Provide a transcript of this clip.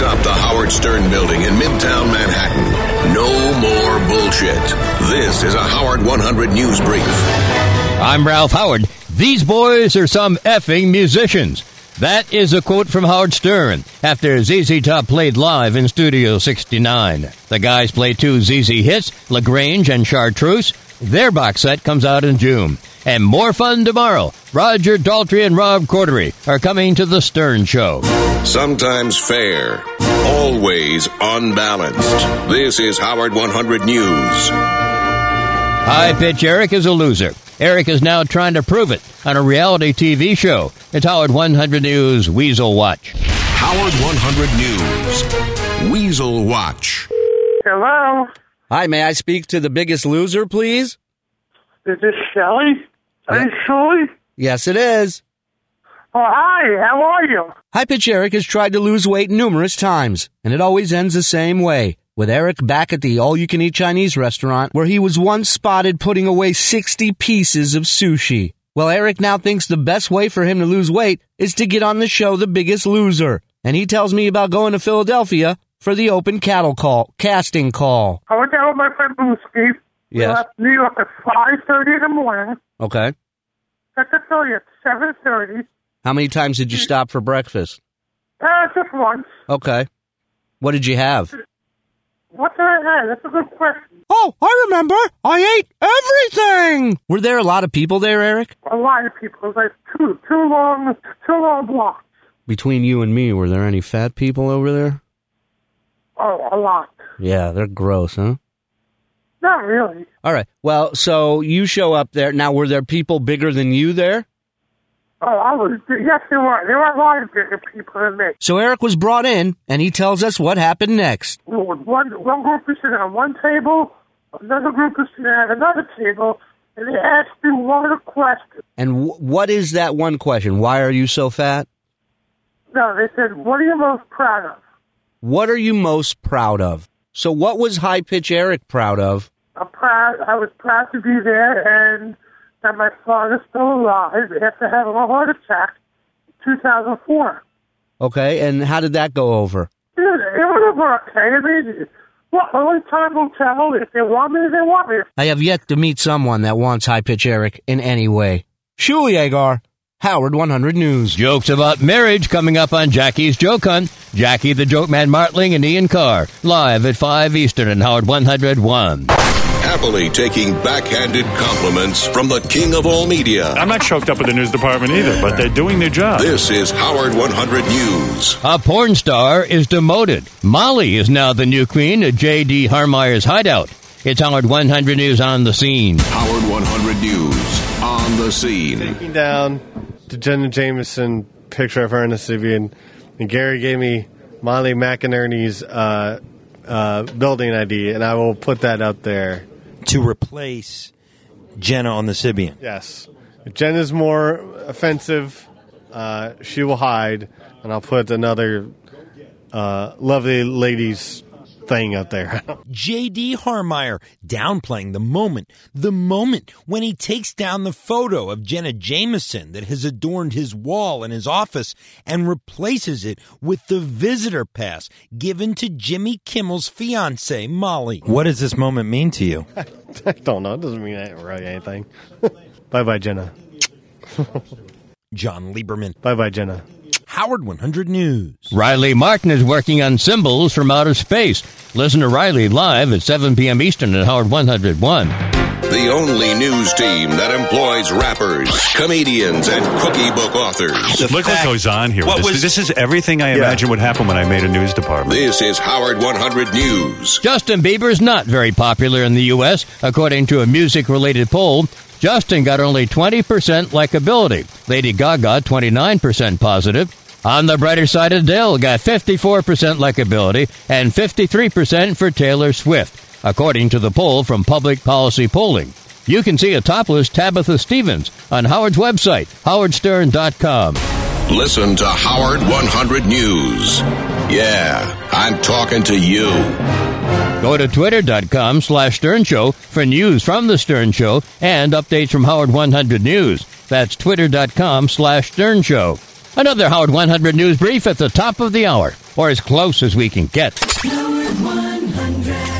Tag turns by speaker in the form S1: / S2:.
S1: Howard Stern building in Midtown Manhattan. No more bullshit. This is a Howard 100 News Brief.
S2: I'm Ralph Howard. These boys are some effing musicians. That is a quote from Howard Stern after ZZ Top played live in Studio 69. The guys play two ZZ hits, LaGrange and Chartreuse. Their box set comes out in June. And more fun tomorrow. Roger Daltrey and Rob Cordery are coming to The Stern Show.
S1: Sometimes fair, always unbalanced. This is Howard 100 News.
S2: High Pitch Eric is a loser. Eric is now trying to prove it on a reality TV show. It's Howard 100 News Weasel Watch.
S1: Howard 100 News Weasel Watch.
S3: Hello,
S4: Hi, may I speak to the biggest loser, please?
S3: is this Shelly? Are you Shelly?
S4: Yes, it is.
S3: Oh, hi, how are you?
S4: High Pitch Eric has tried to lose weight numerous times, and it always ends the same way. With Eric back at the all you can eat Chinese restaurant, where he was once spotted putting away 60 pieces of sushi. Well, Eric now thinks the best way for him to lose weight is to get on the show The Biggest Loser. And he tells me about going to Philadelphia for the open cattle call, casting call.
S3: I went down with my friend Booski. We
S4: Yes.
S3: left New York at 5.30 in the morning.
S4: Okay.
S3: Got to Philly at 7.30.
S4: How many times did you stop for breakfast?
S3: Uh, just once.
S4: Okay. What did you have?
S3: What the hell? That's a good question.
S4: Oh, I remember. I ate everything. Were there a lot of people there, Eric?
S3: A lot of people. It was like two, two long, two long blocks.
S4: Between you and me, were there any fat people over there?
S3: Oh, a lot.
S4: Yeah, they're gross, huh?
S3: Not really.
S4: All right. Well, so you show up there. Now, were there people bigger than you there?
S3: Oh, I was, yes, there were. There were a lot of bigger people than me.
S4: So Eric was brought in, and he tells us what happened next.
S3: We were One, one group was sitting on one table, another group was sitting at another table, and they asked me one of the questions.
S4: And w- what is that one question? Why are you so fat?
S3: No, they said, "What are you most proud of?"
S4: What are you most proud of? So, what was High Pitch Eric proud of?
S3: I'm proud. I was proud to be there, and that my father's still alive after having a heart attack in 2004.
S4: Okay, and how did that go over?
S3: It, it was a work. I mean, well, only time will tell. If they want me, they want me.
S4: I have yet to meet someone that wants high pitch Eric in any way. Shuli Agar, Howard 100 News.
S2: Jokes about marriage coming up on Jackie's Joke Hunt. Jackie the Joke Man Martling and Ian Carr, live at 5 Eastern and Howard 101.
S1: Happily taking backhanded compliments from the king of all media.
S5: I'm not choked up with the news department either, but they're doing their job.
S1: This is Howard 100 News.
S2: A porn star is demoted. Molly is now the new queen at J.D. Harmeyer's hideout. It's Howard 100 News on the scene.
S1: Howard 100 News on the scene.
S6: taking down the Jenna Jameson picture of her in the Sibian, and Gary gave me Molly McInerney's uh, uh, building ID, and I will put that up there.
S7: to replace Jenna on the Sibian.
S6: Yes, if Jenna's more offensive. Uh, she will hide, and I'll put another uh, lovely lady's thing up there.
S7: J.D. Harmeyer downplaying the moment, the moment when he takes down the photo of Jenna Jameson that has adorned his wall in his office and replaces it with the visitor pass given to Jimmy Kimmel's fiancee, Molly. What does this moment mean to you?
S6: I don't know. It doesn't mean really anything. bye bye, Jenna.
S7: John Lieberman,
S6: Bye bye, Jenna.
S7: Howard 100 News.
S2: Riley Martin is working on symbols from outer space. Listen to Riley live at 7 p.m. Eastern at Howard 101.
S1: The only news team that employs rappers, comedians, and cookie book authors.
S5: Look what goes on here.
S7: What
S5: This,
S7: was-
S5: this is everything I imagine would happen when I made a news department.
S1: This is Howard 100 News.
S2: Justin Bieber is not very popular in the U.S., according to a music related poll. Justin got only 20% likability. Lady Gaga, 29% positive. On the brighter side, Adele got 54% likability and 53% for Taylor Swift, according to the poll from Public Policy Polling. You can see a topless Tabitha Stevens on Howard's website, howardstern.com.
S1: Listen to Howard 100 News. Yeah, I'm talking to you.
S2: Go to twitter.com slash Stern Show for news from The Stern Show and updates from Howard 100 News. That's twitter.com slash Stern Show. Another Howard 100 News brief at the top of the hour.
S8: or as close as we can get.
S2: Number 100.